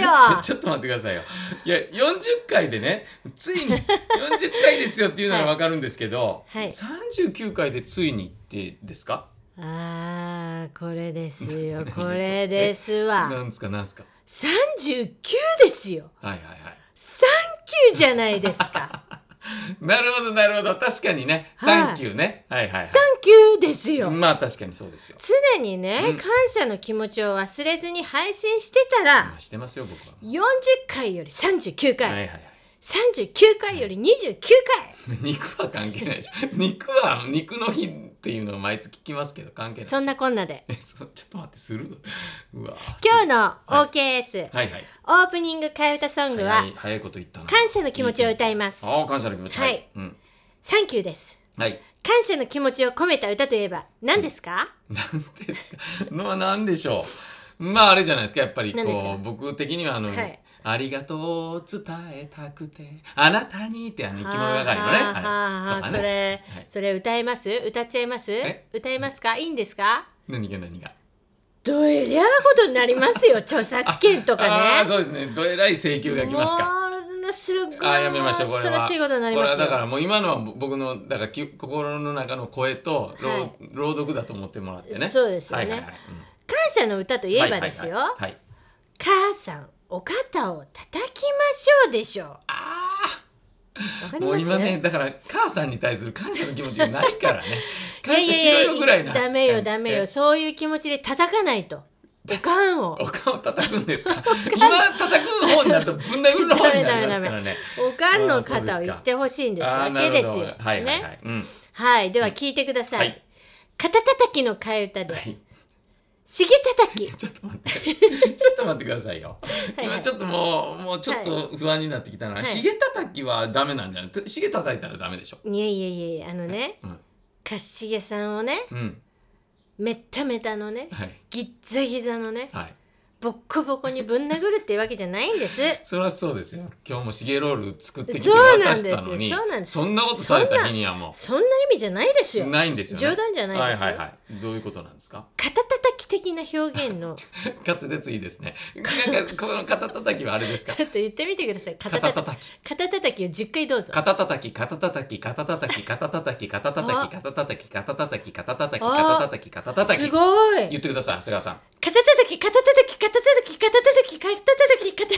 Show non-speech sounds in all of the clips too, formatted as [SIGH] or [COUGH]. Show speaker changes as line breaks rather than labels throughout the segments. か
[LAUGHS] ちょっと待ってくださいよ。いや、40回でね、つ
[LAUGHS]
いに40回ですよっていうならわかるんですけど、
はいはい
39回でついにってですか
あーこれです [LAUGHS] よこれですわ
なんですか、なんですか。
39ですよ
はいはいはい。
39じゃないです [LAUGHS] か
なるほど、なるほど。確かにね、
はい
サンキューね。はいはい
39です
は
よ
い。まあ確かにそうですよ。
常にね、
うん
感謝の気持ちを忘れずに配信してたら
まあしてますよ、僕は。
40回より39回、
はいはいはい。
39回より29
肉は関係ないし、肉は肉の日っていうのを毎月聞きますけど、関
回
係ないし
そんなこんなで
えそうちょっと待って、するうわ
今日の
はい
OKS、
はいはい。
オープニング替え歌ソングは
早い早いこと言ったな。
感謝の気持ちを歌います
ああ、感謝の気持ち。
はい。
うん。
「サンキュー」です
はい。
感謝の気持ちを込めた歌といえば何ですか、
なんですか。 [LAUGHS] のはなんでしょう。まああれじゃないですか。やっぱり
何ですか
こう僕的にはあの、
はい
ありがとうを伝えたくてあなたにってあの生き物係のね。
はあはあ
あれ
はあ
とか
そ
ね。
れ、
はい
それ歌えます歌っちゃいます
え
歌いますかいいんですか
何が何が。
どえりゃなことになります
[LAUGHS]
よ著作権とか
ああ
ね
そうですね。どえらい請求が来ますか。
もうすごい
あーやめましょうこれ
恐ろ
は。
しいことになり
こ
ま
れ
す
は
よ
だからもう今のは僕のだからき心の中の声と、朗
はい
朗読だと思ってもらってね。
そうですよね
はいはいはいうん
感謝の歌といえばですよ、
はいはいはいはい
母さんお肩を叩きましょうでしょうわ
ああ。
かり
もう
ます
今ねだから母さんに対する感謝の気持ちがないから
[LAUGHS]
ね
いや
感
い
謝し
や
ろ
いや
よぐらいな
ダメよダメよ
え
そういう気持ちで叩かないとおかんを
お顔叩くんで
[LAUGHS]
すか今叩く方になるとぶん殴る方になりますからね
おかんの肩を言ってほしいんです
あ
わ
ー
け
なる
で
ほ
す
ど
よ
はいはいは
ね
い、うん
はいでは聞いてくださ
はいい
肩叩きの替え歌で
はい
しげ叩き
ちょっと待って [LAUGHS] ちょっと待ってくださいよ
はいはい
今ちょっともうもうちょっと不安になってきたな、
はい
しげ叩きはダメなんじゃないしげ叩いたらダメでしょ
いやいやいやいやあのね
うん、
かしげさんをね
うん、
めっためたのね
はい
ギッザギザのね
はい
ボッコボコにぶん殴るってわけじゃないんです
それはそうですよ今日もしげロール作ってきて
そうなんで
渡
す
し
よ
たのに
そうなんです
そんなことされた日にはもう
そんな意味じゃないですよ
ないんですよ、ね、
冗談じゃないですよ
はいはいはいどういうことなんですか [LAUGHS]
肩叩き的な表現の
滑舌いいですねなんかこの肩叩きはあ
[LAUGHS]
れですか
ちょっと言ってみてください肩
肩
たた
叩き
肩叩きを10回どうぞ
肩叩き肩叩き肩叩き肩叩き肩叩き肩叩き肩叩き肩叩き
あ
肩叩き肩叩
す
き
ごい
言ってください長谷川さん
肩叩き肩叩き肩叩き肩叩き肩叩き肩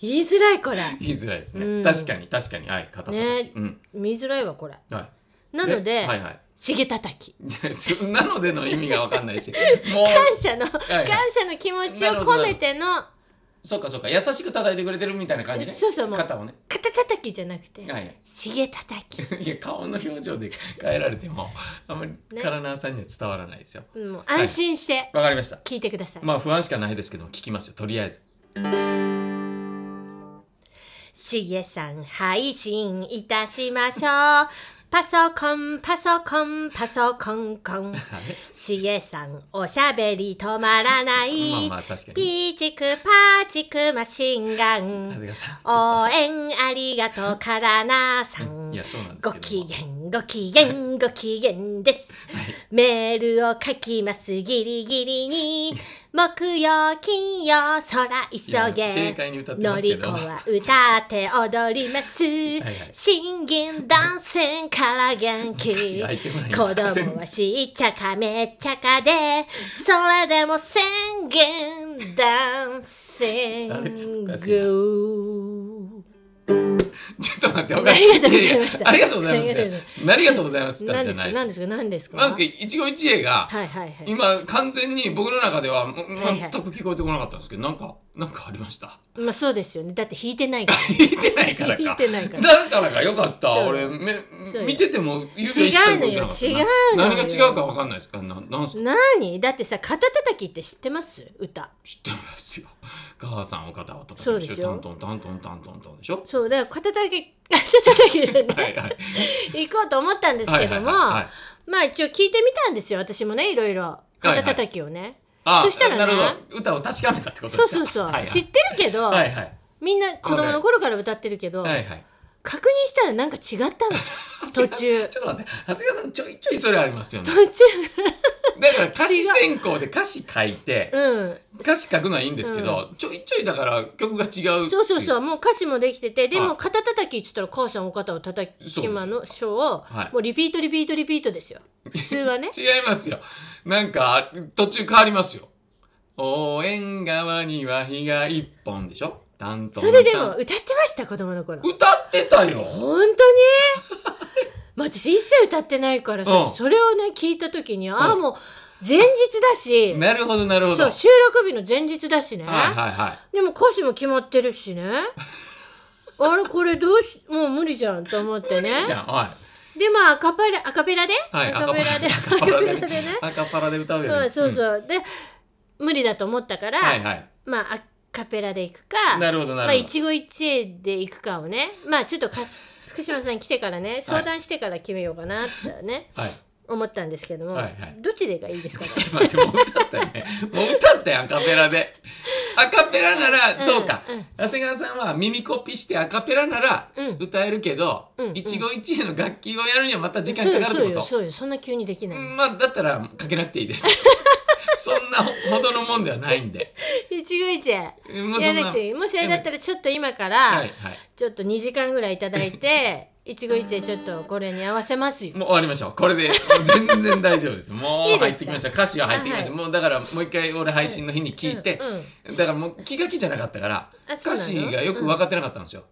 言いづらいこれ
言いづらいです
うん
ね確かに確かにはい肩叩
ね
きうん
見づらいわこれ
は
ないので
はいはい
しげ叩き
じゃあ [LAUGHS] そなのでの意味がわかんないし
[LAUGHS]
もう
感謝の感
いはい
謝の気持ちを込めての
そっかそっか優しく叩いてくれてるみたいな感じね
そうそうもう
肩をね
肩叩きじゃなくて
はいはい
しげ叩き
いや顔の表情で変えられてもあんまり
ね
カラナーさんには伝わらないですよ
もう安心して
わかりました
聞いてください
まあ不安しかないですけども聞きますよとりあえず
しげさん配信いたしましょう
[LAUGHS]
パソコンパソコンパソコンコン
[LAUGHS] あれ
しげさんおしゃべり止まらない、
まあまあ確かに
ピーチクパーチクマシンガ
長
ン
谷川さんちょ
応援ありがとうからなさ
っ
ん
といやそうなんです
ご
けど
機嫌ご機嫌ご機嫌です、メールを書きますギリギリに木曜金曜空急
いや軽
げ
快に歌って
の
ますけ
りこ
ど
は歌って踊ります
はい
新銀男性から元
[LAUGHS]
気
歌詞が入ってこないな
子供はしっちゃかめっちゃかでそれでも宣言ダンシン
あれちょっとおかしいな
グ
ちょっと待ってわかんない
ありがとうございました
ややありがとうございま
ありがとうござい
すありがとうござ
何ですか
いましたじゃないです
何ですか何ですか
なんですか一期一会が
はいはいはい
今完全に僕の中ではもう
はいはい
全く聞こえてこなかったんですけどなんかなんかあり
[LAUGHS]
ました
まあそうですよねだって弾いて
[LAUGHS]
ないから
聞いてないからか
聞いてないから
だからかよかった
そう
俺め
そうよ
見てても言一切動いてなかった
違うのよ違うのよ
な何が違うかわかんないですかななんすか
何だってさ肩叩きって知ってます歌
知ってますよ [LAUGHS] 母さんお肩を叩
そう
く
ですよ
タントンタントンタントンタンでしょ
そうだから肩叩き [LAUGHS] 肩叩きで
は
ね
いはい
行こうと思ったんですけども
はいはいはいはい
まあ一応聞いてみたんですよ私もねいろいろ肩叩きをね、
あ
そしたらね
なるほど歌を確かめたってこと
そ
で
う
すか
そうそう、
はいはい
知ってるけど、
はいはい
みんな子供の頃から歌ってるけど、
はいはい
確認したらなんか違ったの途中 [LAUGHS]
[LAUGHS] ちょっと待って長谷川さんちょいちょいそれありますよね
途中
だから歌詞選考で歌詞書いて、
うん、
歌詞書くのはいいんですけど、ちょいちょいだから曲が違う。
そうそう
う。
そうもう歌詞もできててで
は
も
い
肩叩きっつったら母さんお肩を叩き
そうです
今の章を
はい
もうリピートリピートリピートですよ普通は
[LAUGHS]
ね
違いますよ。なんか、途中変わりますよ。応援側には日が一本でしょ担当
それでも歌ってました子供の頃
歌ってたよ
本
[LAUGHS]
当にまあ私一切歌ってないからさ、
うん
それをね聞いた時にああ
うん
もう前日だし、
なるほど、なるほど。
そ
は
う
い
収録日の前日だしね、
はいはい。
でも歌詞も決まってる
[LAUGHS]
しねあれこれどうしもう無理じゃんと思ってね
じゃあ、はい。
でまあアカペラアカペラで、
はい、
アカペラで
アカパラで
アカペラでね
アカパラで歌うよ
う
ね。
ん、そうそう、で無理だと思ったから、
うんはいはい。
まあアカペラで行くか
なるほど、な
まあ
るほ
一期一会で行くかをねまあちょっとかし福島さん来てからね相談してから決めようかなってね、
ど。はい。
思ったんですけども、
はいはい
どっちでがいいですかね
ちょっと待って、もう歌ったよね。もう歌ったよ、アカペラで。アカペラなら、そうか。
うん
長谷川さんは耳コピしてアカペラなら
うん
歌えるけど、
うんうん
一期一会の楽器をやるにはまた時間かかるって
そうよそうよ
こと
そうよそんな急にできない、
うんまあだったらかけなくていいです
[LAUGHS]
そんなほどのもんではないんで
一期一会
もう
やら
そん
な
な
くていいもしあれだったらちょっと今か
は
ら
いはい
ちょっと2時間ぐらいいただい
[LAUGHS]
て一期一会ちょっとこれに合わせますよ
もう終わりましょうこれでもう全然大丈夫ですも
[LAUGHS] いいうですか
入ってきました歌詞は入ってきました、
は
もうだからもう一回俺配信の日に聞いて、
うんうん
だからもう気が気じゃなかったから
あそう
歌
なの
詞がよく分かってなかったんですよ、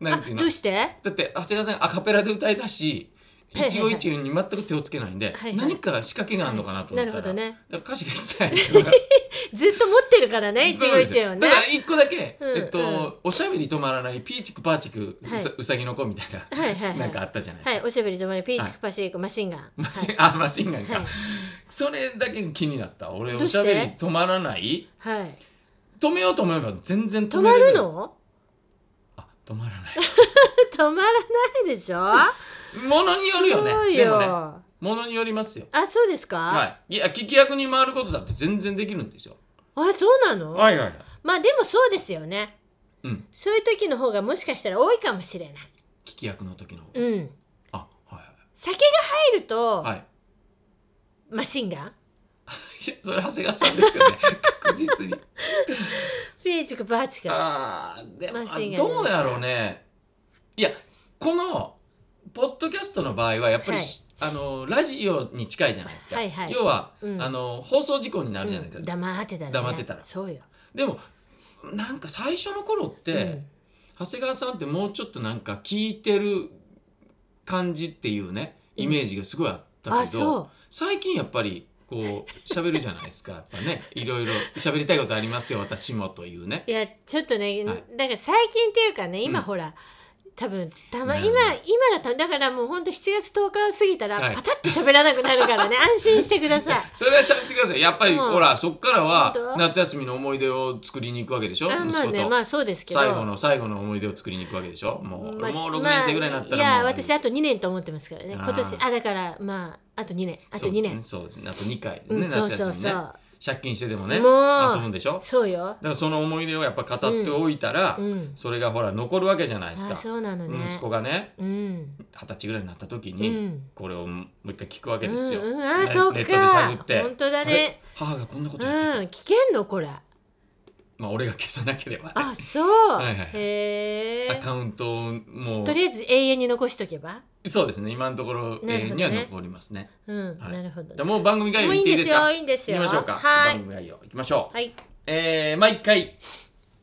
なん
あ
ていう
ど
の
うして
だって長谷川さんアカペラで歌いだし
はいはい
一期一会に全く手をつけないん
は
で、
いはい
何か仕掛けがあるのかなと思ったら、
なるほどね
だから歌詞が一切入ってない
ずっと持ってるからね一
そうなん
期
で
一
すよ
会をね
だから一個だけ、
うん
えっと
うん
おしゃべり止まらないピーチクパーチク、
はいう
さうさぎの子みたいな、
はいはいはい
なんかあったじゃないです
は
か、
いおしゃべり止まりピーチクパシークマシンガン
マシ
ン
ン [LAUGHS] あマシンガンか、
はい
それだけ気になった俺
ど
お
うし
してゃべり止まらない
はい
止めようと思えば全然止
止
め
ま
れ
る
る
の
あ止まらない
止まらないでしょ
ものによるよね
そう
でもね
よ
ものによりますよ
あそうですか
はいいや聞き役に回ることだって全然できるんですよ
あそうなの
いはいはい
まあでもそうですよね
うん
そういう時の方がもしかしたら多いかもしれない
聞き役の時の
うん
あは
酒が入ると
いはいはい
マシンガン
いやそれ長谷川さんですよね [LAUGHS] 確実に
ピーチクパーチク
あーでも
マ
あ
シンガン
どうやろうねいやこのポッドキャストの場合はやっぱり、
はい
あのラジオに近いじゃないですか、
はいはい
要は、
うん
あの放送事故になるじゃないです
うん
か、
黙ってたらね
黙ってたら
そうよ
でもなんか最初の頃って、
うん
長谷川さんってもうちょっとなんか聞いてる感じっていうねイメージがすごいあった
あ
けど、
そう
最近やっぱりこう喋るじゃないですかやっぱねいろいろ喋りたいことありますよ私もというね
いやちょっとね、
はい
だから最近っていうかね今
うん
ほら、多分たま
なる
今
ほ
今が
ど
ただからもうほんと7月10日を過ぎたら、
はい
パタッと喋らなくなる
[LAUGHS]
からね安心してください。
それは喋ってくださいやっぱり
うん
ほらそっからは
本当
夏休みの思い出を作りに行くわけでしょ
あ
息
まあ
子
ね
と
まあそうですけど
最後の最後の思い出を作りに行くわけでしょもうも
まあ
う6年生ぐらいになったら
まあい
も
や
う
私あと2年と思ってますからね
あー
今年あだからまああと2年あと2年
そうですねそうですねあと2回です
う
ね
ん
夏
そうそう
休み
そ
ね
う
借金してでもね
もう
遊ぶんでしょ
そうよ
だからその思い出をやっぱ語っておいたら、
うん
それがほら残るわけじゃないです
あ
か、
そうなのね
息子がね
うん
二十歳ぐらいになった時
う
に
ん
これをもう一回聞くわけですよ、
うんうん
ね
あそっか
ネットで探って
本当だね
あれ母がこんなこ
う
とやってた、
ん聞けんのこれ
まあ俺が消さなければね
あそう
はいはいはい
へえ
アカウントをも
とりあえず永遠に残しとけば
うそうですね今のところ
なるほどね
永遠には残りますね
うん、
はい
なるほど
じゃあもう番組概要
もう
言
い
っ
いん
てい
で
いで
すす
か
よいいんですよ
行きましょうか、
は
番
い
組概要行きましょう、
はい
えー、毎回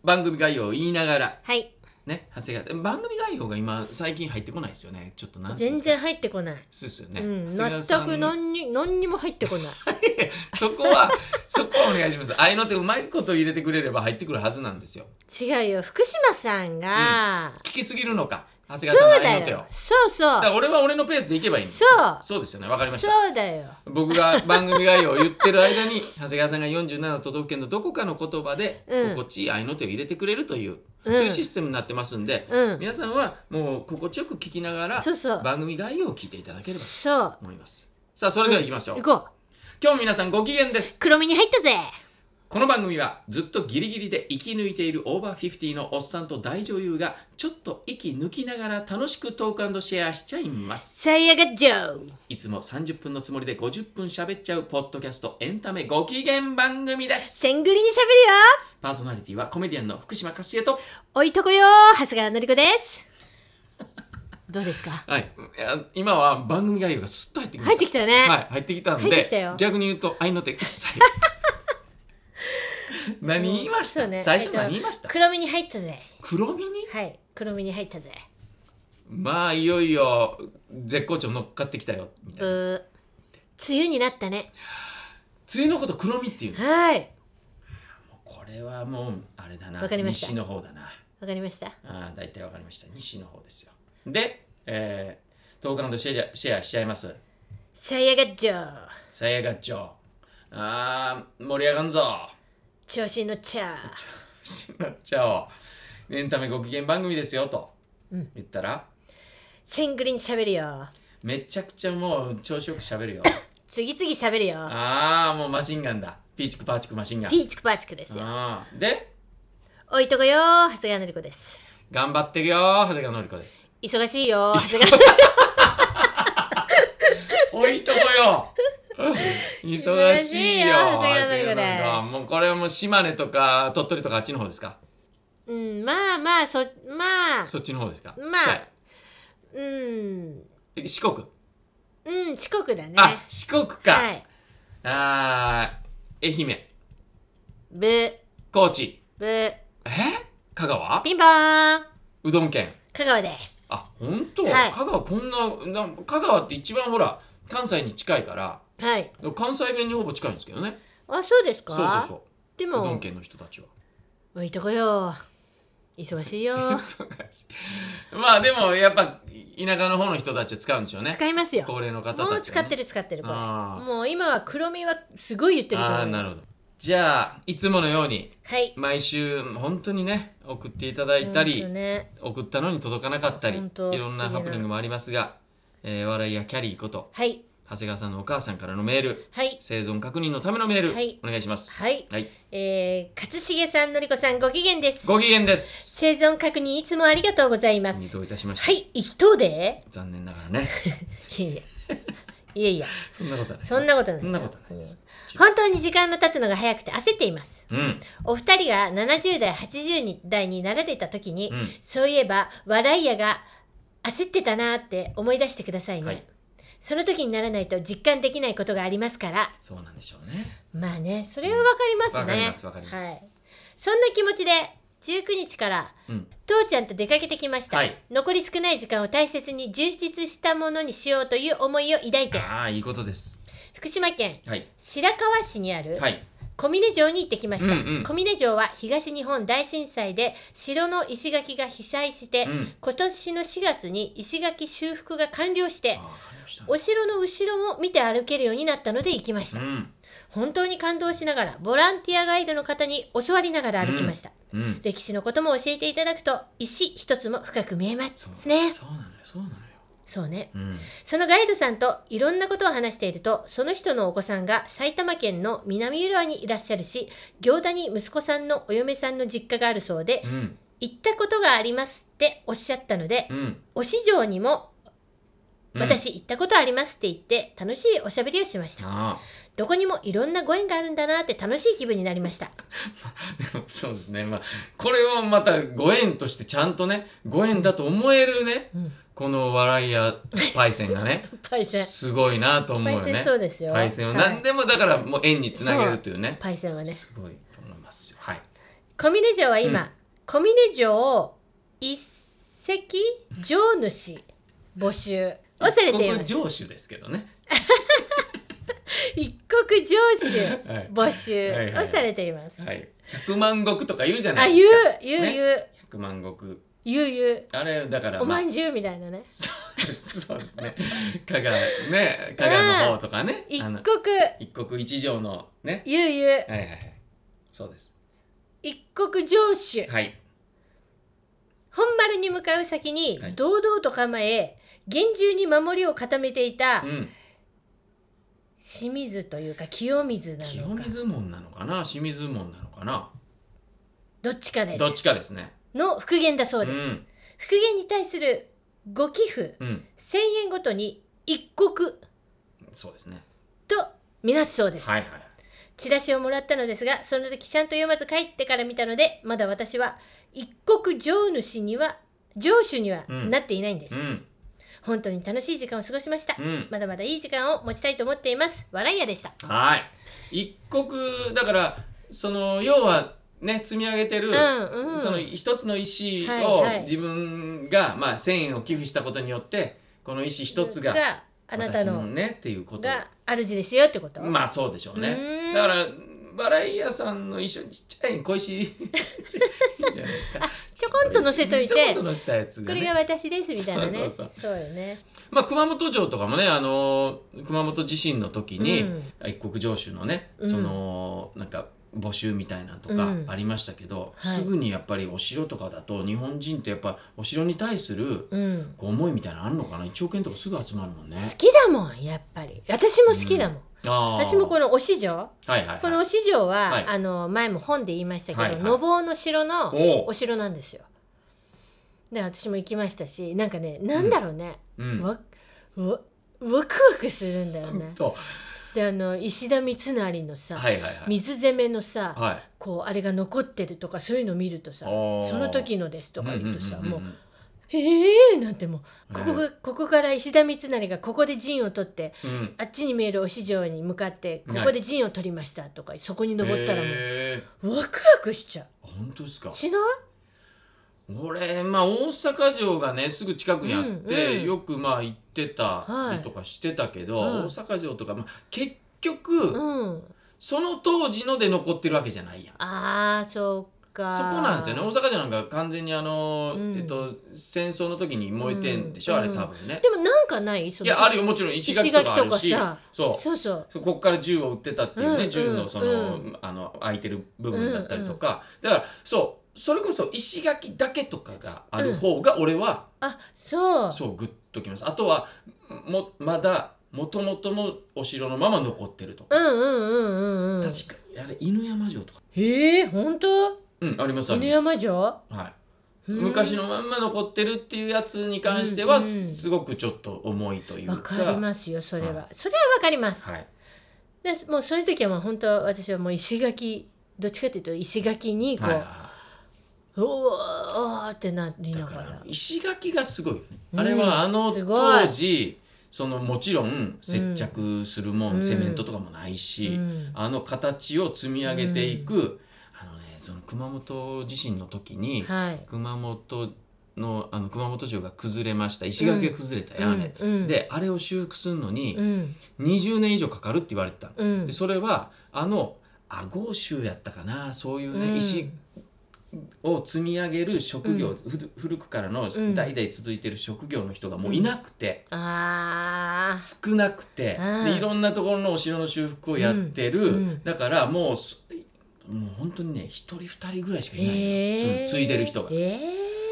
番組概要を言いながら
はい
ね長谷川番組概要が今最近入ってこないですよねちょっとなんていうん
全
ですか
然入ってこない、
そうですよね、
うん
長谷川
全
さん
く何に何にも入ってこ
[LAUGHS]
ない
そこは、 [LAUGHS] そこはお願いします。ああいうのってうまいこと入れてくれれば入ってくるはずなんですよ。
違うよ福島さんが、
聞きすぎるのか、長谷
そ
川さんのあ
う
あ
だ
いうの手を。
よそうそう
だから俺は俺のペースでいけばいいんですよ
そう
そうですよね。わかりました。
そうだよ
僕が番組概要を言ってる間に、 [LAUGHS] 長谷川さんが47の都道府県のどこかの言葉で、
うん
心地いい愛の手を入れてくれるという、
うん
そういうシステムになってますんで、
うん
皆さんはもう心地よく聞きながら、
そうそう
番組概要を聞いていただければと
そう
思います。さあ、それでは行きましょう。
行こう
今日も皆さんご機嫌です。
黒身に入ったぜ
ここの番組はずっとギリギリで生き抜いているオーバーフィフティのおっさんと大女優がちょっと息抜きながら楽しくトークシェアしちゃいます
さやがじょう
いつも30分のつもりで50分喋っちゃうポッドキャストエンタメご機嫌番組です
せんぐりにしゃべ
パーソナリティはコメディアンの福島かすえと
るよおいとこよ長谷川のりこですどうですか
はいいや今は番組概要がスッと入ってきま
入
し
って
た
きたよね、
はい、入ってきたん
入って
で
きたよ
逆に言うと愛の手一
[LAUGHS]
切何言いまし
そ
た、
うね
最初何言いました
黒身に入ったぜ
黒身に
はい黒身に入ったぜ
まあいよいよ絶好調乗っかってきたよみたいな
うー梅雨になったね
梅雨のこと黒身っていうの
はい
これはもうあれだな
わかりました
西の方だな
わかりました
ああ大体わかりました西の方ですよで、えー、トークシェアシェアしちゃいます
さやがじょう
さやがっちょあー盛り上がんぞ
調子に乗っちゃ
しなっちゃおうエンタメご機嫌番組ですよと
うん
言ったら、
うせんぐりにしゃべるよ
めちゃくちゃもう調子よく
[LAUGHS]
喋るよ
次々しゃべるよ
ああもうマシンガンだピーチクパーチクマシンガン
ピーチクパーチクですよ
あーで
おいとこよ長谷川のりこです
頑張ってるよ長谷川のり子です
忙しいよ長谷川
おいとこよ忙しいよ
忙しいよ長谷川のり子です
川のり子もうこれはもう島根とか鳥取とかあっちの方ですか
うん、まあまあそまあ
そっちの方ですか
まあうん
近い四国、
うん四国だね
あ四国か、
はい
あー愛媛
ブ
高知
ブ
え香川
ピンポーン
うどん県
香川です
あ本当、
はい
香川こんなな香川って一番ほら関西に近いから
はい
関西弁にほぼ近いんですけどね
あそうですか
そうそうそ
で
ううどん
も
県の人たちは
おいとこよ忙しいよ
[LAUGHS] 忙しいまあでもやっぱ田舎の方の人たちは使うんでしょうね
使いますよ
高齢の方たちは
も
ね、
う使ってる使ってるこれ
あー
もう今は黒身はすごい言ってると
あ
思
あ
う
な
よ
るほどじゃあいつものように
はい
毎週本当にね送っていただいたり、
ほんとね
送ったのに届かなかったり
本当
いろんな
不思議な
ハプニングもありますが、えー、笑いやキャリーこと
はい
長谷川さんのお母さんからのメール
はい
生存確認のためのメール、
はい
お願いします
はい
はい
えー、勝重さんのりこさんご機嫌です
ご機嫌です
生存確認いつもありがとうございま
二
す
等いたしました、
はい一等で
残念ながらね
いやいやいやいや
そんなことはない
そんなことない
そんなことないです
本当に時間の経つのが早くて焦っています
うん
お二人が70代80代になられた時に、
うん
そういえば笑いやが焦ってたなーって思い出してくださいね、
はい
その時にならないと実感できないことがありますから
そうなんでしょうね
まあねそれはわかりますね
わかりますわかります
はい、そんな気持ちで19日から
うん
父ちゃんと出かけてきました、
はい
残り少ない時間を大切に充実したものにしようという思いを抱いて
ああいいことです
福島県
はい
白河市にある
はい
小峰城に行ってきました、
うんうん
小峰城は東日本大震災で城の石垣が被災して、
うん
今年の4月に石垣修復が完了し
あ
て
あわかりました
お城の後ろも見て歩けるようになったので行きました、
うん
本当に感動しながらボランティアガイドの方に教わりながら歩きました、
うん
歴史のことも教えていただくと石一つも深く見えま
そう
すね
そうなのよそうなのよ
そうね
うん
そのガイドさんといろんなことを話しているとその人のお子さんが埼玉県の南浦和にいらっしゃるし行田に息子さんのお嫁さんの実家があるそうで
うん
行ったことがありますっておっしゃったので
うん
推し城にも
うん
私行ったことありますって言って楽しいおしゃべりをしました
あ [LAUGHS]
どこにもいろんなご縁があるんだなって楽しい気分になりました
あでもそうですねまあこれをまたご縁としてちゃんとねご縁だと思えるね、
うん
この笑いやパイセンがね
[LAUGHS] パイセン
すごいなと思
パ
うよ
イセン
ね
そうですよ
パイセンを
はい
何でもだからもう縁につなげるというね
パイセンはね
すごいと思いますよはい
小峰城は今、
うん
小峰城一石城主募集をされています
一国城主ですけどね
一国城主
はい
募集をされています、
はい百万石とか言うじゃな
あ
い
言う
ですか
言う、
ね
言う
百万石
言う言う
あれだから
お
まあ
まんじゅうみたいなね
そうですそうですね香川ね香川の方とかね
一
あ
国
の一国一城のね
言う言う
はいはいはいそうです
一国城主
はい
本丸に向かう先に
はい
堂々と構え厳重に守りを固めていた
うん
清水というか清水な
清
のか
水門なのかな清水門なのかな
どっちかです
どっちかですね
の復元だそうです、
ん
復元に対するご寄付
うん
1000円ごとに一国
そうですね
とみなすそうです、
はいはいはい
チラシをもらったのですがその時ちゃんと読まず帰ってから見たのでまだ私は一国城主には城主には
うん
なっていないんです、
うん
本当に楽しい時間を過ごしました、
うん
まだまだいい時間を持ちたいと思っています笑い屋でした
はい一国だからその要はね積み上げてる、
うんうん
その一つの石
はいはい
を自分が、まあ、1,000円を寄付したことによってこの石一つが
あなた
私
の
ねっていうこと
が主ですよってこと、
まあそうでしょう
うー
ね
ん
だからバラエ屋さんの一緒にちっちゃい
[LAUGHS]
小石いいじゃないですか
ちょこんと乗せといて
ちょこんと乗せたやつ
こ
が、
れが
ね、
私ですみたいなね
そうそう
よね
まあ熊本城とかもねあの熊本地震の時に、
うん
一国城主のね、
うん
そのなんか募集みたいなのとか
うん
ありましたけど、
はい
すぐにやっぱりお城とかだと日本人ってやっぱお城に対する
うん
こう思いみたいなのあるのかな1億円とかすぐ集まるもんね。
好きだもんやっぱり私も好きだもん、
あー
私もこのお市場
はいはい
こ
は
の
い、
お市場は、
はい
あの前も本で言いましたけど、
はいはい
のぼうの城
お
の
う
お城なんですよ。で私も行きましたしなんかねなんだろうね、
うん
わわワクワクするんだよね。
と
であの石田三成のさ、
はいはいはい。
水攻めのさ、
はい
こうあれが残ってるとかそういうのを見るとさ
おー
その時のですとか言うとさ、
うんうんうんうん
もう「ええー!」なんてもうここ
ね
がここから石田三成がここで陣を取って
うん
あっちに見えるお市場に向かってここで陣を取りましたとか、そこに登ったらも
へー
うワクワクしちゃ
あ本当ですか
うしない
俺まあ大阪城がねすぐ近くにあって、
うんうん
よくまあ行ってた
はい
りとかしてたけど、
はい
大阪城とか、まあ、結局、
うん
その当時ので残ってるわけじゃないやん。
あーそうか
そこなんですよね大阪城なんか完全にあの、
うん
えっと、戦争の時に燃えてんでしょ、
うん
あれ多分ね。
でもなんかないそ
い
の
やあるよもちろん石垣とかあるし
石垣とかさ
そう
そうそう
そうここから銃を撃ってたっていうね、
うん
銃のその,、
う
あの空いてる部分だったりとか、だからそうそれこそ石垣だけとかがある方が俺は、
あそう
そうグッときますあとはもまだ元々のお城のまま残ってるとか、
うんうんうんうんうん
確かあれ犬山城とか、
へえ本当
うん、ありますあ
犬
ります、
山城
はい、
うん
昔のまんま残ってるっていうやつに関しては、
うんうん
すごくちょっと重いというか
わかりますよそれは、
は
それはわかります、
はい、
でもうそういう時はもう本当私はもう石垣どっちかというと石垣にこう、
はいはいは
うおーってなり
い、
な
だ
が
からら石垣がすごいよね、
うん
あれはあの
すごい
当時そのもちろん接着するもん、
うん
セメントとかもないし、
うん
あの形を積み上げていく、あのねその熊本地震の時に、
はい
熊本のあの熊本城が崩れました石垣が崩れた屋根、
うんうん
であれを修復するの
う
に
ん
20年以上かかるって言われてたの、
うん
でそれはあの阿合州やったかなそういうね、
うん
石を積み上げる職業、ふる古くからの
ん
代々続いてる職業の人がもういなくて、
あー
少なくて、
うん
でいろんなところのお城の修復をやってる、
うんうん
だからもうすもう本当にね一人二人ぐらいしかいないのよ、そ
え
の
ー、
継いでる人が。
え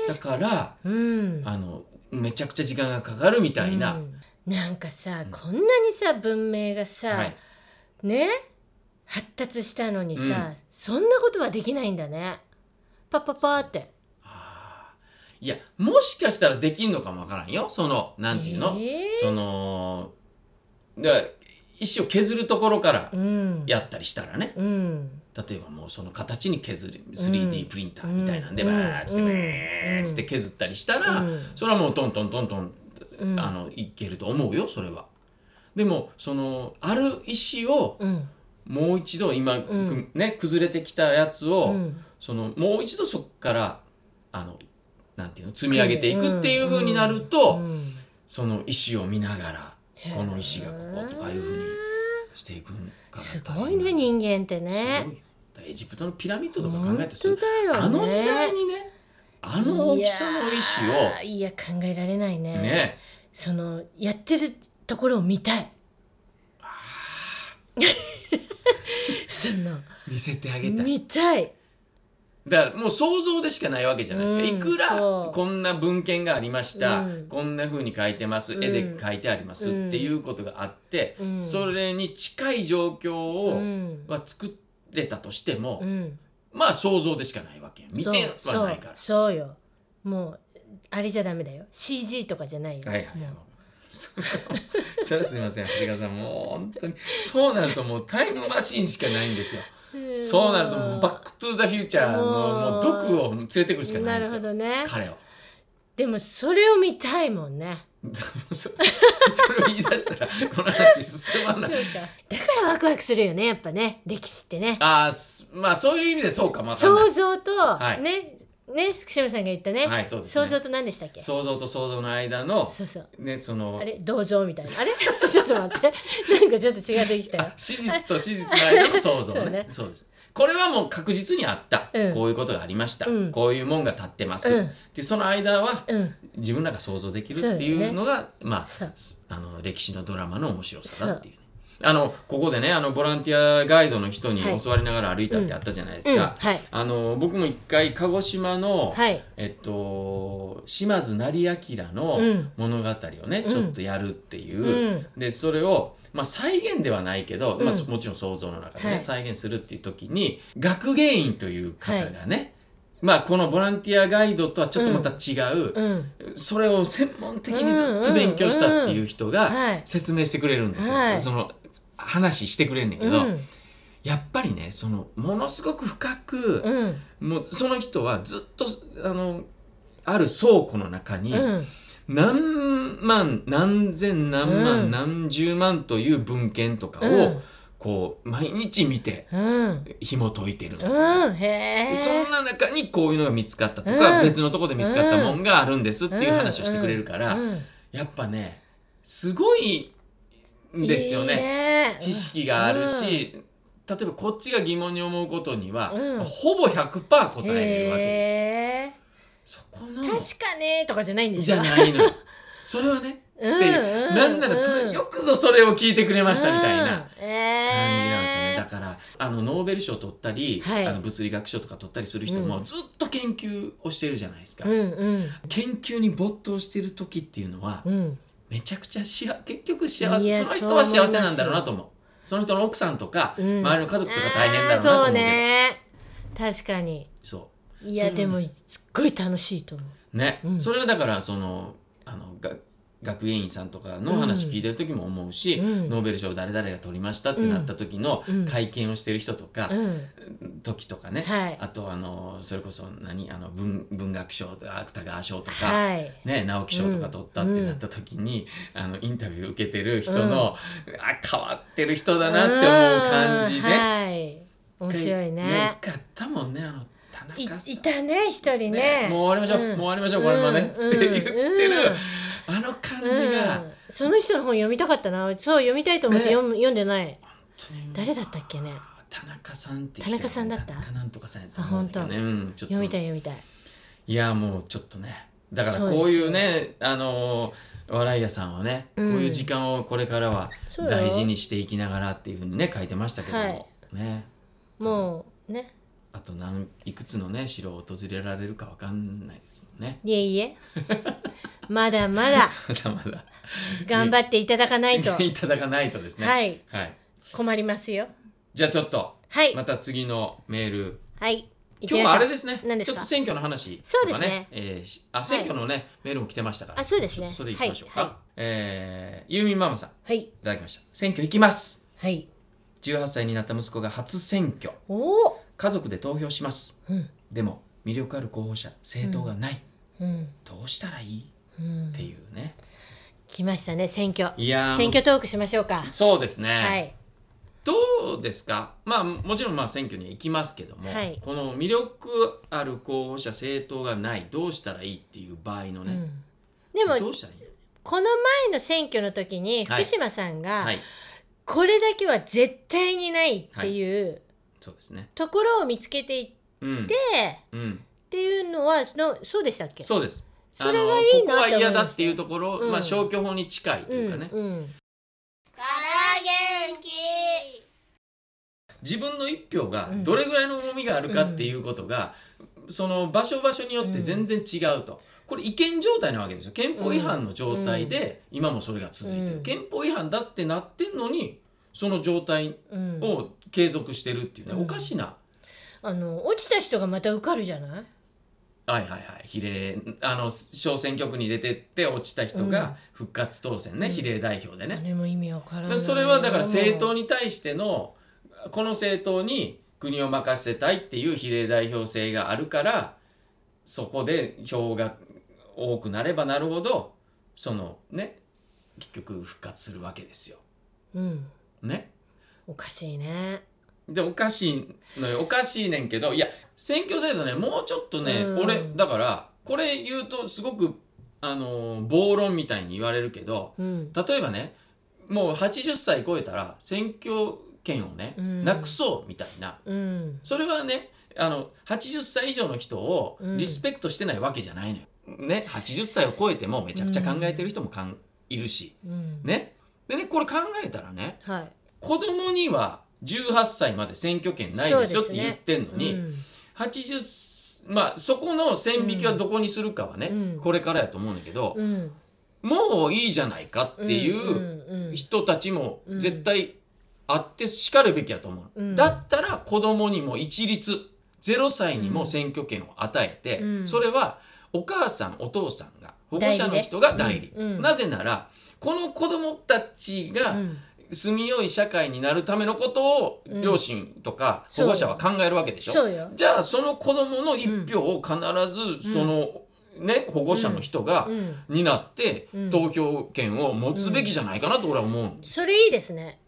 だから
ー、うん
あのめちゃくちゃ時間がかかるみたいな、
うんなんかさ、
ん
こんなにさ文明がさ、
はい、
ね発達したのにさ、
うん
そんなことはできないんだねパッパッパーって
あーいやもしかしたらできんのかもわからんよそのなんていうの、
え
そのだから石を削るところから
ーうん
やったりしたらね、
うん
例えばもうその形に削る 3D プリンターみたいなんで、
うん
バーッつって
うん
バーッつって削ったりしたら、
うん
それはもうトントントントン、
うん
あのいけると思うよそれは。でもそのある石を
うん
もう一度今、
ん
くね崩れてきたやつを、
うん
そのもう一度そこからあのなんていうの積み上げていくっていう風になると、
うん
その石を見ながら
へー
この石がこことかいう風にしていくんかな
すごいね人間ってね
すごいよだからエジプトのピラミッドとか考
本
えて
当だよね
あの時代にねあの大きさの石
いやー
を
いや考えられないね
ね
そのやってるところを見たいその [LAUGHS]
見せてあげたい
見たい
だからもう想像でしかないわけじゃないですか、
うん
いくら
そう
こんな文献がありました、
うん
こんな風に書いてます、
うん
絵で書いてあります、
うん
っていうことがあって、
うん
それに近い状況を、
うん
は作れたとしても、
うん
まあ想像でしかないわけ見て
そう
はないから。
そうそうよもうあれじゃダメだよ CG とかじゃないよ、
はいはい
もう
[LAUGHS] それはそれはすみません長谷川さんもう本当にそうなるともうタイムマシンしかないんですよそうなるともうバック・トゥ・ザ・フューチャーのもう毒を連れてくるしかないんですよ
なるほどね
彼を。
でもそれを見たいもんね
そそれを言い出したらこの話進ま
そう
な
か
い。
だからワクワクするよねやっぱね歴史ってね
ああすまあそういう意味でそうかまた
想
ね
像と、
はい
ねね福島さんが言ったね,、
はいそうですね
想像と何でしたっけそ
想像と想像の間の
うそう
ねその
あれ銅像みたいなあれ [LAUGHS] ちょっと待ってなんかちょっと違ってきたよ
あ史実と史実の間の想像ね
そ
そうう
ね
ですこれはもう確実にあった、
うん
こういうことがありました、
うん
こういうもんが立ってます、
うん
でその間は
うん
自分らが想像できるっていうのがまあ
そう
あの歴史のドラマの面白さだっていうねあのここでねあのボランティアガイドの人に
はい
教わりながら歩いたってあったじゃないですか、
うんはい
あの僕も一回鹿児島の、
はい
えっと、島津成明の
うん
物語をね、
うん
ちょっとやるっていう、
うん
でそれを、まあ、再現ではないけど、まあ、
うん
もちろん想像の中で、ね
はい
再現するっていう時に学芸員という方がね、まあ、このボランティアガイドとはちょっとまた違う、
うん
それを専門的にずっと勉強したっていう人
うんうんうんはい
が説明してくれるんですよ。
はい
その話してくれんねんけ
う
ど、
ん
やっぱりねそのものすごく深く、
うん
もうその人はずっとあのある倉庫の中に
うん
何万何千何万、
うん
何十万という文献とか
う
を
ん
こう毎日見て
うん
紐解いてるんですよ。
うんへえ
そんな中にこういうのが見つかったとか、
うん
別のとこで見つかったもんがあるんですっていう話をしてくれるから、
うん
やっぱねすごいんですよ
いい
ね知識があるし、例えばこっちが疑問に思うことには、
うん
ほぼ100%答
うん
えれるわけですよ。
へえ
そこの
確かねとかじゃないんでし
じ
ょ
ゃないのよそれはね
う
っ
ん
ていう、
うん
なんならそれ、よくぞそれを聞いてくれましたみたいな
うんへえ
感じなんですよねだからあのノーベル賞取ったり、
はい
あの物理学賞とか取ったりする人
う
も
ん
ずっと研究をしてるじゃないですか、
うん
研究に没頭してる時っていうのは
うんうん
めちゃくちゃ幸結局幸
いや
せその人は幸せなんだろうなと思うその人の奥さんとか、
うん
周りの家族とか大変だろうなと
あー
思
そう
うけど
ね確かに
そう,、
い
そ
や
れはね
でもすっごい楽しいと思う
ね、
うん
それはだからそのあのが学芸員さんとかの話聞いてる時も思うし、
うん
ノーベル賞誰々が取りましたってなった時の
うん
会見をしてる人とか、
うん
時とかね、
はい
あとあのそれこそ何あの文文学賞芥川賞とか、
はい
ね、直木賞とか取ったってなった時に、あのインタビュー受けてる人の、あ変わってる人だなって思う感じ
ん
で、
はい面白いね
一回ね一回あったもんねあの田
い
中さん
い。たね一人
ね
ね
もう終わりましょう、
ん
もう終わりましょう、終わりまね、つって言ってる、
うんうん
あの感じが、
うんその人の本読みたかったなそう読みたいと思って
ね
読む読んでない誰
誰
だったっけね
田中さんっていう
田中さんだった
田中なんとかさんやったと思うんだけどね、うん、ちょっと
読みたい読みたい
いやもうちょっとねだから
そうですよ
こういうねあのー笑い屋さんはね、
うん
こういう時間をこれからは
そうよ
大事にしていきながらっていうふうにね書いてましたけども、
はい
ね
もうね
あと何いくつのね城を訪れられるかわかんないですもんね [LAUGHS]
いえいえまだまだ
まだまだ
頑張っていただかないと
[LAUGHS] いただかないとですね
はい、
はい、
困りますよ
じゃあちょっと
はい、
また次のメール
はい行ってみ
今日
ましょう
はあれですね
何です
ち
か
ょっと選挙の話と
そう
か、ね、
ですね
えーしあ選挙のね、メールも来てましたから
あそうですね
ちょっとそれいきましょうか、
はいはい
えー、ユーミンママさんい
はい
ただきました選挙行きます
はい
18歳になった息子が初選挙
おお
家族で投票します、
うん
でも魅力ある候補者政党がない、
うん
どうしたらいい、
うん
っていうね
来ましたね選挙
いやー
選挙トークしましょうか
そうですね、
はい
どうですかまあもちろんまあ選挙には行きますけども、
はい
この魅力ある候補者政党がないどうしたらいいっていう場合の
う
ね、
んでも
どうしたらいい
この前の選挙の時に
はい
福島さんが
はい
これだけは絶対にないっていう
そうですね
ところを見つけていっ
うん
て
うん、
っていうのはのそうでしたっけ
そうです。
それがいいな
あのここは
って思いました
嫌だっていうところ、
うん
まあ消去法に近いというかね。
うんうん
から元気
自分の一票がどれぐらいの重みがあるかっていうことが、その場所場所によって全然違うと、これ違憲状態なわけですよ憲法違反の状態で、今もそれが続いてる、
うん
憲法違反だってなってんのにその状態
うん
を継続してるっていうね、
うん
おかしな
あの落ちた人がまた受かるじゃない
はいはいはい比例あの小選挙区に出てって落ちた人が復活当選ね、
うん
比例代表でね、
何も意味わからな
で
い
それはだから政党
に
に対してのこの政党に国を任せたいっていう比例代表制があるからそこで票が多くなればなるほどそのね結局復活するわけですよ。
うん
ね。
おかしいね
でおかしいのよおかしいねんけどいや選挙制度ねもうちょっとね、
うん
俺だからこれ言うとすごくあのー暴論みたいに言われるけど、
うん
例えばねもう80歳超えたら選挙権をね、
うん
なくそうみたいな
うん
それはねあの80歳以上の人を
うん
リスペクトしてないわけじゃないのよ。ね80歳を超えてもめちゃくちゃ考えてる人もかんいるし
うん
ね。でねこれ考えたらね
はい
子供には18歳まで選挙権ないですよっ
そう
て
ですね
言ってんのに、
うん
80すまあそこの線引きはどこにするかはね、
うん
これからやと思うんだけど、
うん
もういいじゃないかっていう。
うんうん
人たちも
うん
絶対あってしかるべきやと思う、
うん
だったら子供にも一律0歳にも選挙権を与えて、
うん
それはお母さんお父さんが保護者の人が代理
代理ねうんうん
なぜならこの子供たち
う
が
ん
住みよい社会になるためのことを
うん
両親とか
そ
保
う
護者は考えるわけでしょ、
そうよ
じゃあその子供の一票を必ずその、ね保護者の人が、
うん
になって
うん
投票権を持つべきじゃないかなと俺は思うんです、
それいいですね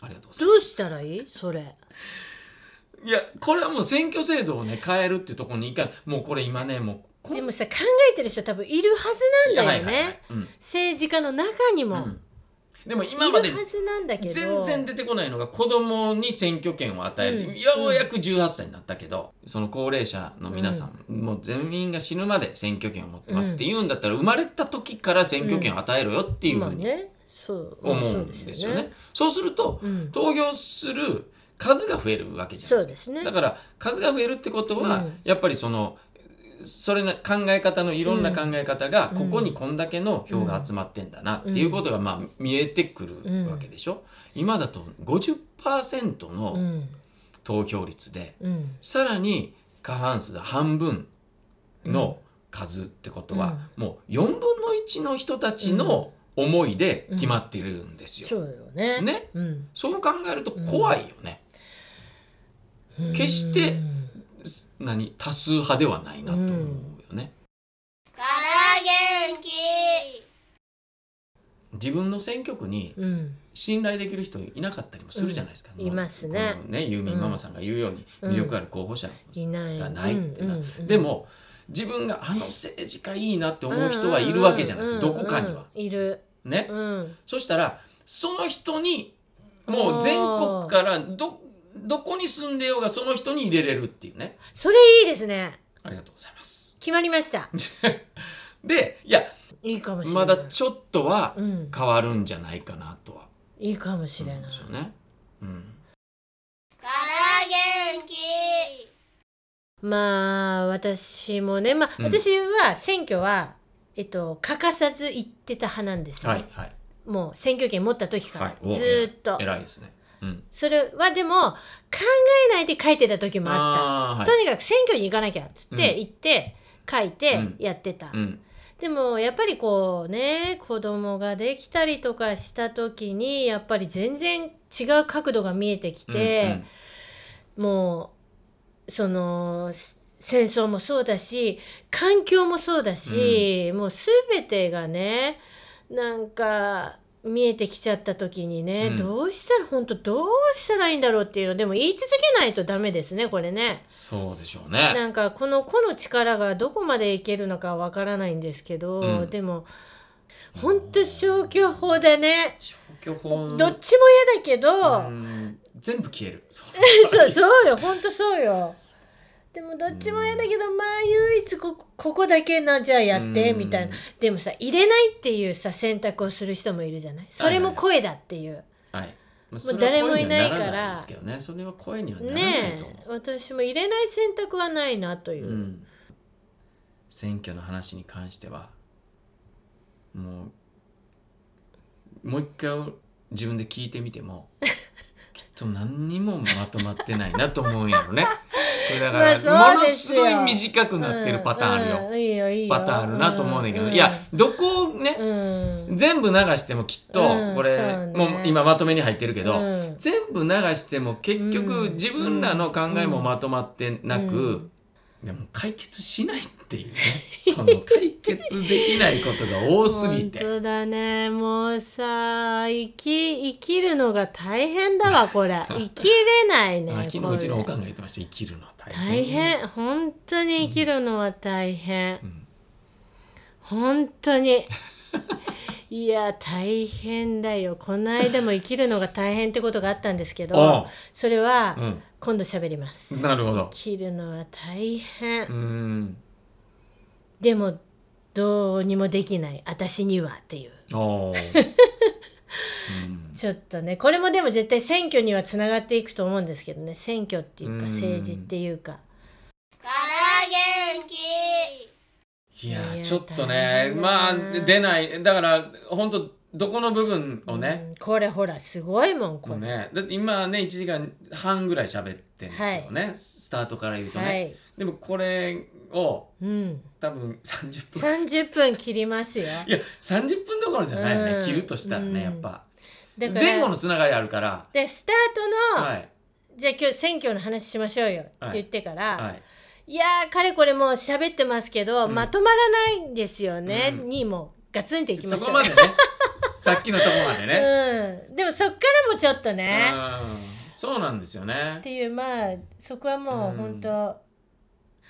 ありがとうござい
どうしたらいいそれ
ますいやこれはもう選挙制度をね変えるってところにいかないもうこれ今ねもうこん
でもさ考えてる人多分いるはずなんだよね、
いやはいはいはいうん
政治家の中にも、
うんでも
い
今
るは
まで
ずなんだけど
全然出てこないのが子供に選挙権を与える、
うん
ようやく18歳になったけどその高齢者の皆さん、もう全員が死ぬまで選挙権を持ってますって言うんだったら、生まれた時から選挙権を与えろよっていう
ま
ふ
あ
うに
ねそう
思うんですよね。そうすると、
うん
投票する数が増えるわけじゃ
そ
な
う
いで
ですす
か。
ね
だから数が増えるってことは、
うん
やっぱりそのそれな考え方のいろんな考え方が、
うん
ここにこんだけの票が集まってんだなっていうことが、まあ、見えてくるわけでしょ。今だと50%
う
の
ん
投票率で、
うん
さらに過半数だ半分の数ってことは、もう4分の1の人たちの思いで決まってるんですよ。
そうよね
ね、
うん、
そう考えると怖いよね、決して
うん
す何多数派ではないなと思うよね、
から元気
自分の選挙区に
うん
信頼できる人いなかったりもするじゃないですか、
うんいますね
このねユーミンママさんが言うように
うん
魅力ある候補者
いない
がないってな、
うんうんうん
でも自分があの政治家いいなって思う人はいるわけじゃないですか、
うんうんうん
どこかには、
いる、
ね、
うん、
そしたらその人にもう全国からどどこに住んでようがその人に入れれるっていうね
それいいですね
ありがとうございます
決まりました
でいや
いいかもしれな
ま
い
だちょっとは
うん
変わるんじゃないかなとは、
いいかもしれない、
うんですよね。うん、
から元気
まあ私もねまあ、
うん
私は選挙はえっと欠かさず行ってた派なんですよ、
はいはい
もう選挙権持った時か
は
ら
い。、お
ずーっと
偉い偉いですね。うん。
それはでも考えないで書いてた時もあっ
ああ
た
ー
と
はい。
にかく選挙に行かなきゃっつって
うん
行って、書いて
うん
やってた、
うん
でもやっぱりこうね子供ができたりとかした時にやっぱり全然違う角度が見えてきて、
うんうん
もうそのす戦争もそうだし環境もそうだし、もう全てがねなんか見えてきちゃった時にね、
うん
どうしたら本当どうしたらいいんだろうっていうのでも言い続けないとダメですねこれね。
そうでしょう [LAUGHS] ね。
なんかこの個の力がどこまでいけるのかわからないんですけど、
うん
でも本当消去法でね
消去法
どっちも嫌だけど。
うん全部消える。そう
[LAUGHS] そうそうよ本当そうよでもどっちも嫌だけど、まあ唯一ここここだけなじゃあやって
うん
みたいなでもさ入れないっていうさ選択をする人もいるじゃないそれも声だっていう、
はい。まあ
もう誰もいないから
それは声にはらないですけどねそれは声にはならない
ね
と思う、
え私も入れない選択はないなというう、
ん、選挙の話に関してはもうもう一回自分で聞いてみても
[LAUGHS]
きっと何にもまとまってないなと思うんやろね。これだか
まあそ
ら
う
も
で
の
す
す
よ
ごい短くなってるパターンあるよ。
うんうんいいよいいよ
パターンあるなと思うねんだけど、
うん
いやどこをね、
うん
全部流してもきっと
うん
これ、
そうね
もう今まとめに入ってるけど、
うん
全部流しても結
う
局
ん
自分らの考えもまとまってなく、でも解決しないっていうね [LAUGHS] この解決できないことが多すぎて
本当だねもうさ生き生きるのが大変だ
[LAUGHS]
わこれ生きれないね
あ昨日
これ
うちのおかんが言ってました生きるのは大変
大変本当に生きるのは大変、
ん
本当にいや大変だよこの間も生きるのが大変ってことがあったんですけ
お
どそれは
う、うん
今度喋ります
なるほど
生きるのは大変、
うん
でもどうにもできない私にはっていう [LAUGHS]
おーうん
ちょっとねこれもでも絶対選挙にはつながっていくと思うんですけどね選挙っていうか
うん
政治っていうか
から元気
いや
いや
ちょっと
大
ね
変だ
まあ
な
出ないだから本当どこの部分を
う
ね、
んこれほらすごいもんこ
こう
れ、
ねだって今ね1時間半ぐらい喋ってんですよね、スタートから言うとね、
はい、
でもこれを
うん、
多分30分
30分切りますよ
いや30分どころじゃないよね、
うん
切るとしたら
うん
ねやっぱ
だから
前後のつながりあるから
でスタートの、
はい
じゃあ今日選挙の話しましょうよって言ってから、
はい
い、やーかれこれもう喋ってますけど、
うん
まとまらないんですよね、
うん
にもうガツンといきましょ
そうこ
[LAUGHS]
までねさっきのとこまでね、
うん、でもそっからもちょっとね、
うんそうなんですよね
っていうまあそこはもう本当、
だ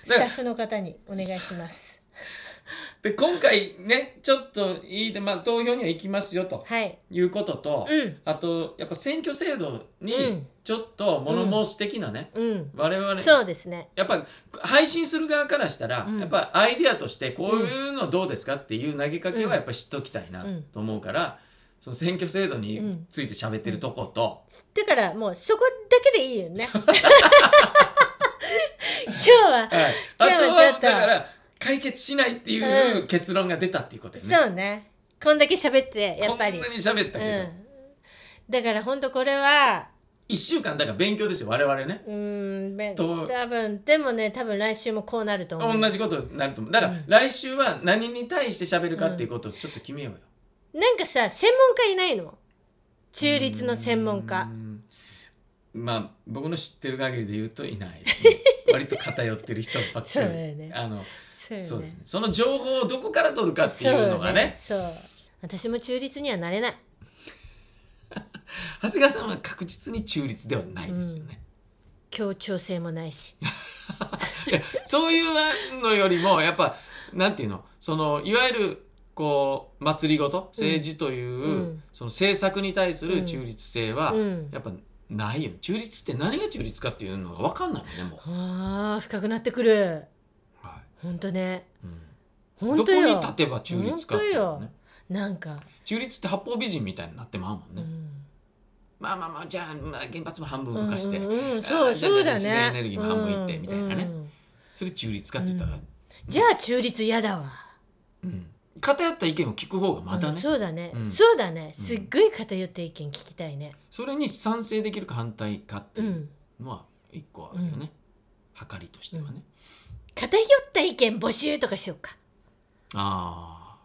ス
か
タッ
ら
フの方にお願いします。
で今回ねちょっといいで、まあ、投票には行きますよと
はい。
いうことと、
うん。
あとやっぱ選挙制度
うん
にちょっと物申し的なね、
うん。
我々
そうですね。
やっぱ配信する側からしたら、
うん
やっぱアイデアとしてこういうのどうですかっていう投げかけ
うん
はやっぱ知っときたいなと思うから、その選挙制度について喋ってるとこと、
だからもうそこだけでいいよね。 [LAUGHS] 今日は、
はいあ
今日
と
はちょ
は
っと
だから解決しないっていうう結論が出たっていうことよね。
そうね。こんだけ喋って、やっぱり。
こんなに喋ったけど、
うん。だから本当これは、
一週間だから勉強ですよ我々ね。
うーん、べ
と
多分、でもね、多分来週もこうなると思う。
同じことになると思うだから来週は何に対して喋るかっていうことをちょっと決めようよ。
なんかさ、専門家いないの中立の専門
う
家。
んまあ僕の知ってる限りで言うといないです
[LAUGHS]
ね割と偏ってる人ばっかり
そうだよね
あの
そう
そ
よ
うで
ね
すね。その情報をどこから取るかっていうのがね
そうよねそう。私も中立にはなれない。
長谷川さんは確実に中立ではないですよね、
協調性もないし。
いやそういうのよりもやっぱなんていうのそのいわゆるこう祭りごと政治という、
うん
その政策に対する中立性は、
うん
やっぱないよね中立って何が中立かっていうのが分かんないもんねも
あー深くなってくる
う、は
本当ね
いうん
本
ど
当
こに
よ
立てば中立かっていうの
本当
ね
よなんか、
中立って八方美人みたいになってまうもん
う
ね、
ん、
まあまあまあじゃあまあ原発も半分動かして、
うんうんうんそう
あーじゃあ
そうだね
じゃあ自然エネルギーも半分いってみたいなね、
うんうん
それ中立かって言ったら、
じゃあ中立嫌だわ、
うん偏った意見を聞く方がまた
うん
ね、
そうだね、
うん
そうだねすっごい偏った意見聞きたいね
それに賛成できるか反対かって
うん、
いうのは一個あるよね、はかりとしてはね、
偏った意見募集とかしようか
あ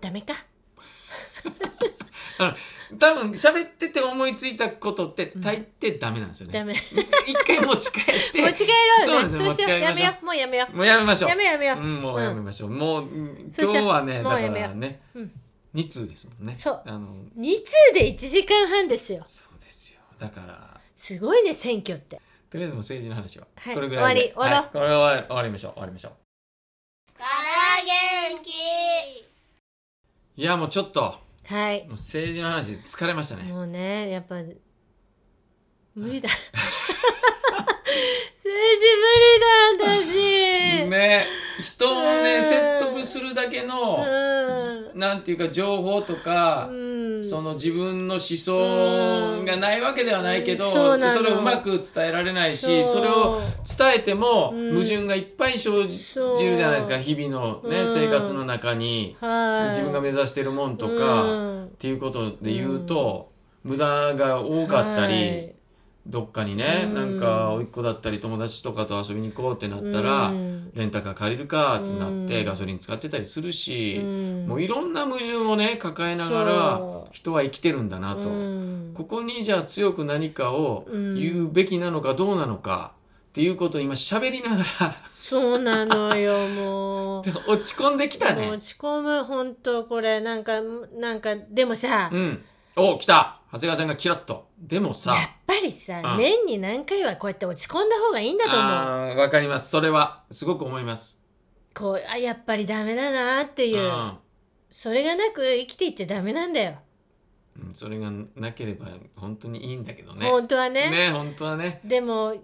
ダメか
あー多分喋ってて思いついたことって大抵ダメなんですよね、
ダメ持
一回持ち
[LAUGHS]
帰って
ち帰ろうね
そうですね
しよう
持ち帰り
や
ま
め
しょ
よ
う
うもうやめよ
もうやめまし
う
ょう
やめようやめよう、
うん、もうやめましょう。もう、うん
そう
今
しよう
日はね、だ
も
か
うやめよう
らね、
うん
二通ですもんね。
そう
あの、
2通で1時間半ですよ
そうですよ。だから、
すごいね選挙って
とりあえずもう政治の話は、
はい
これぐらいで。
終わり終わろう
はいこれは終わり終わりましょう。終わりましょう。
から元気
いや、もうちょっと、も
はいう
政治の話疲れましたね。
もうねやっぱ無理だ政治無理だ私、
ね人を
う
ね
ん
説得するだけのなんていうか情報とか
うん
その自分の思想がないわけではないけ
う
ど
んそうなの
それをうまく伝えられない
そう
しそれを伝えても
うん
矛盾がいっぱい生じるじゃないですか日々の
う
ね
ん
生活の中に
はい
自分が目指してるもんと
う
かっ
ん
ていうことで言うと無駄が多かった
は
り
い
どっかにね
うん
なんか甥っ子だったり友達とかと遊びに行こうってなった
う
ら
ん
レンタカー借りるかってなっ
う
て
ん
ガソリン使ってたりするし
うん
もういろんな矛盾をね抱えながら
そう
人は生きてるんだなと。
うん
ここにじゃあ強く何かを
うん
言うべきなのかどうなのかっていうことを今喋りなが
[LAUGHS]
ら
そうなのよもう
[LAUGHS] で落ち込んできた
もう
ね。
落ち込む本当これなんかなんかでもさ、
う
やっ
ん。お来た長谷川さんがキラッと。でもさ、
ぱりさ、
うん
年に何回はこうやって落ち込んだ方がいいんだと思う
あーわかります。それはすごく思います。
こうあやっぱりダメだなって
う
いう、
ん。
それがなく生きていっちゃダメなんだよ、
うんそれがなければ本当にいいんだけどね。
本当はね
ね、本当はね。
でも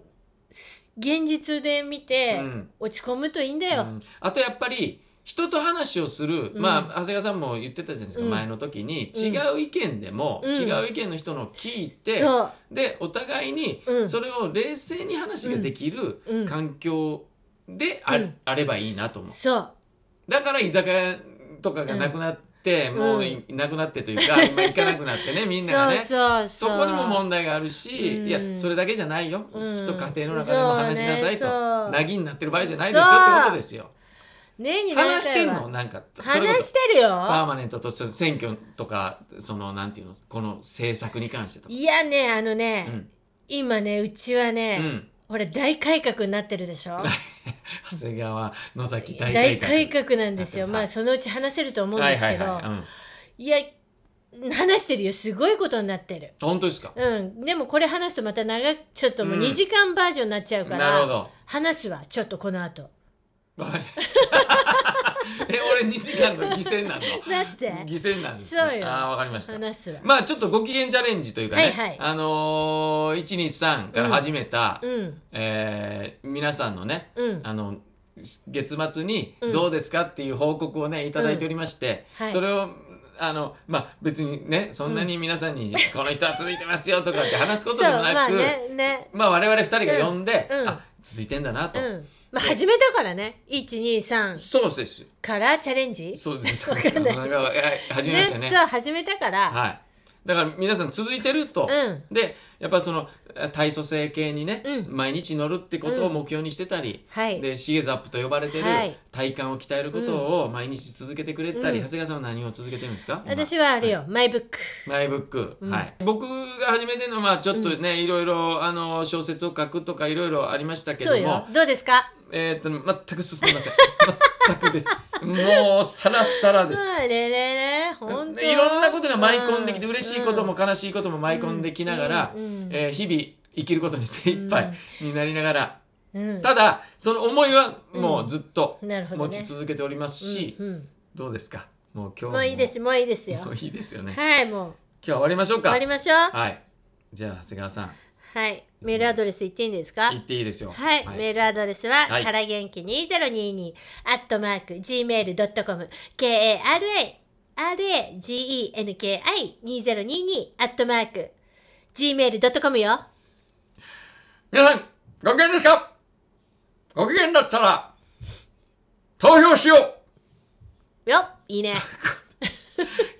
す現実で見
う
て、
ん。
落ち込むといいんだ
う
よ、
んあとやっぱり人と話をする、
うん
まあ長谷川さんも言ってたじゃないですか、
うん
前の時に
うん
違う意見でも、
うん
違う意見の人の聞いて、
そう
でお互いに
うん
それを冷静に話ができる
うん
環境であ,、
うん
あればいいなと思う
そう
だから居酒屋とかがなくなって、
うん
もういなくなってという
[LAUGHS]
か、今行かなくなってねみんながね
そうそう
そ
そう
こにも問題があるし、
うん
いやそれだけじゃないよ、
うん
きっと家庭の中でも話しなさいと、
そうねそう
なぎになってる場合じゃないですよってことですよ
年に何回は
話してんのなんかそれこ
話し
そ
てる
パー
よ
マネントとその選挙とかそのなんていうのこの政策に関してとか、
いやねあのね、
うん
今ねうちは
う
ね、
ん、
俺大改革になってるでしょ
長谷川野崎大改
大
革
改革なんですよ
なってます
まあそのうち話せると思うんですけど、
はい
い
はいはいうん、
や話してるよすごいことになってる
本当ですか
うんでもこれ話すとまた長くちょっともう
うん
2時間バージョンになっちゃうか
なる
ら、
ほど
話すわちょっとこの後
わかりましたえ俺2時間の犠牲なの
だって
犠牲なんです、ね、
そうよ
あーわかりました
話すわ
まあちょっとご機嫌チャレンジというかね、
はいはい
あのー、123から始めた、
うん
えー皆さんのね
うん
あの月末に
うん
どうですかっていう報告をねいただいておりまして、
うんはい
それをあのまあ別にねそんなに皆さんに「この人は続いてますよ」とかって話すことでもなく、
まあねね
まあ我々二人が呼んで、
うんうん
あ続いてんだな
う
と、
んまあ始めたからね123
そうです
からチャレンジ
そうです
[LAUGHS] わかんない
んかえ始めましたね
そう始めたから、
はいだから皆さん続いてると、
うん
でやっぱそのあ体組成系にね、
うん
毎日乗るってことを目標にしてたり、
はい
でシゲザップと呼ばれてる
はい
体幹を鍛えることを毎日続けてくれてたり、
うん
長谷川さんは何を続けてるんですか今
私はあれよ、マイブック
マイブック、
うん
はい僕が始めてるのはまあちょっとね、いろいろあの小説を書くとかいろいろありましたけ
そ
ど
うよ
も
どうですか
えーっと全く進みません全くですもうさらさらです
あれれれ本当
でいろんなことが舞い込んできて、嬉しいことも悲しいことも舞い込んできながら、
うんうん
えー日々生きることに精一杯になりながら、
うん、
ただその思いはもうずっと
うんなるほど
持
ね
ち続けておりますし、
うんうん
どうですかもう今日
もういいですもういいですよ
もういいですよね今
はいもう
日は終わりましょうか
終わりましょう
はいじゃあ長谷川さん
はいメールアドレス言っていいんですか
言っていいですよ
はい、メールアドレスは、
はい
から元気2022アットマーク gmail.com k-a-r-a-r-a-g-e-n-k-i2022 アットマーク gmail.com よ
皆さんご機嫌ですかご機嫌だったら投票しよう
よっいい
[LAUGHS]
ね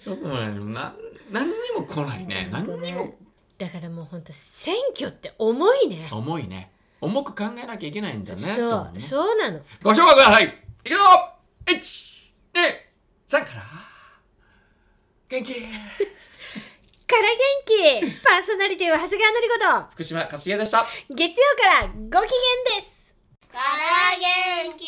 よくもないな何にも来ないね何にも
だからもうほんと選挙って重いね
重いね重く考えなきゃいけないんだねと
そ
思
う
ね
そうなの
ご唱和くださいいくぞ一、二、三から元気
から元気パーソナリティは長谷川のりこ
福島かすげでした
と月曜からご機嫌です
から元気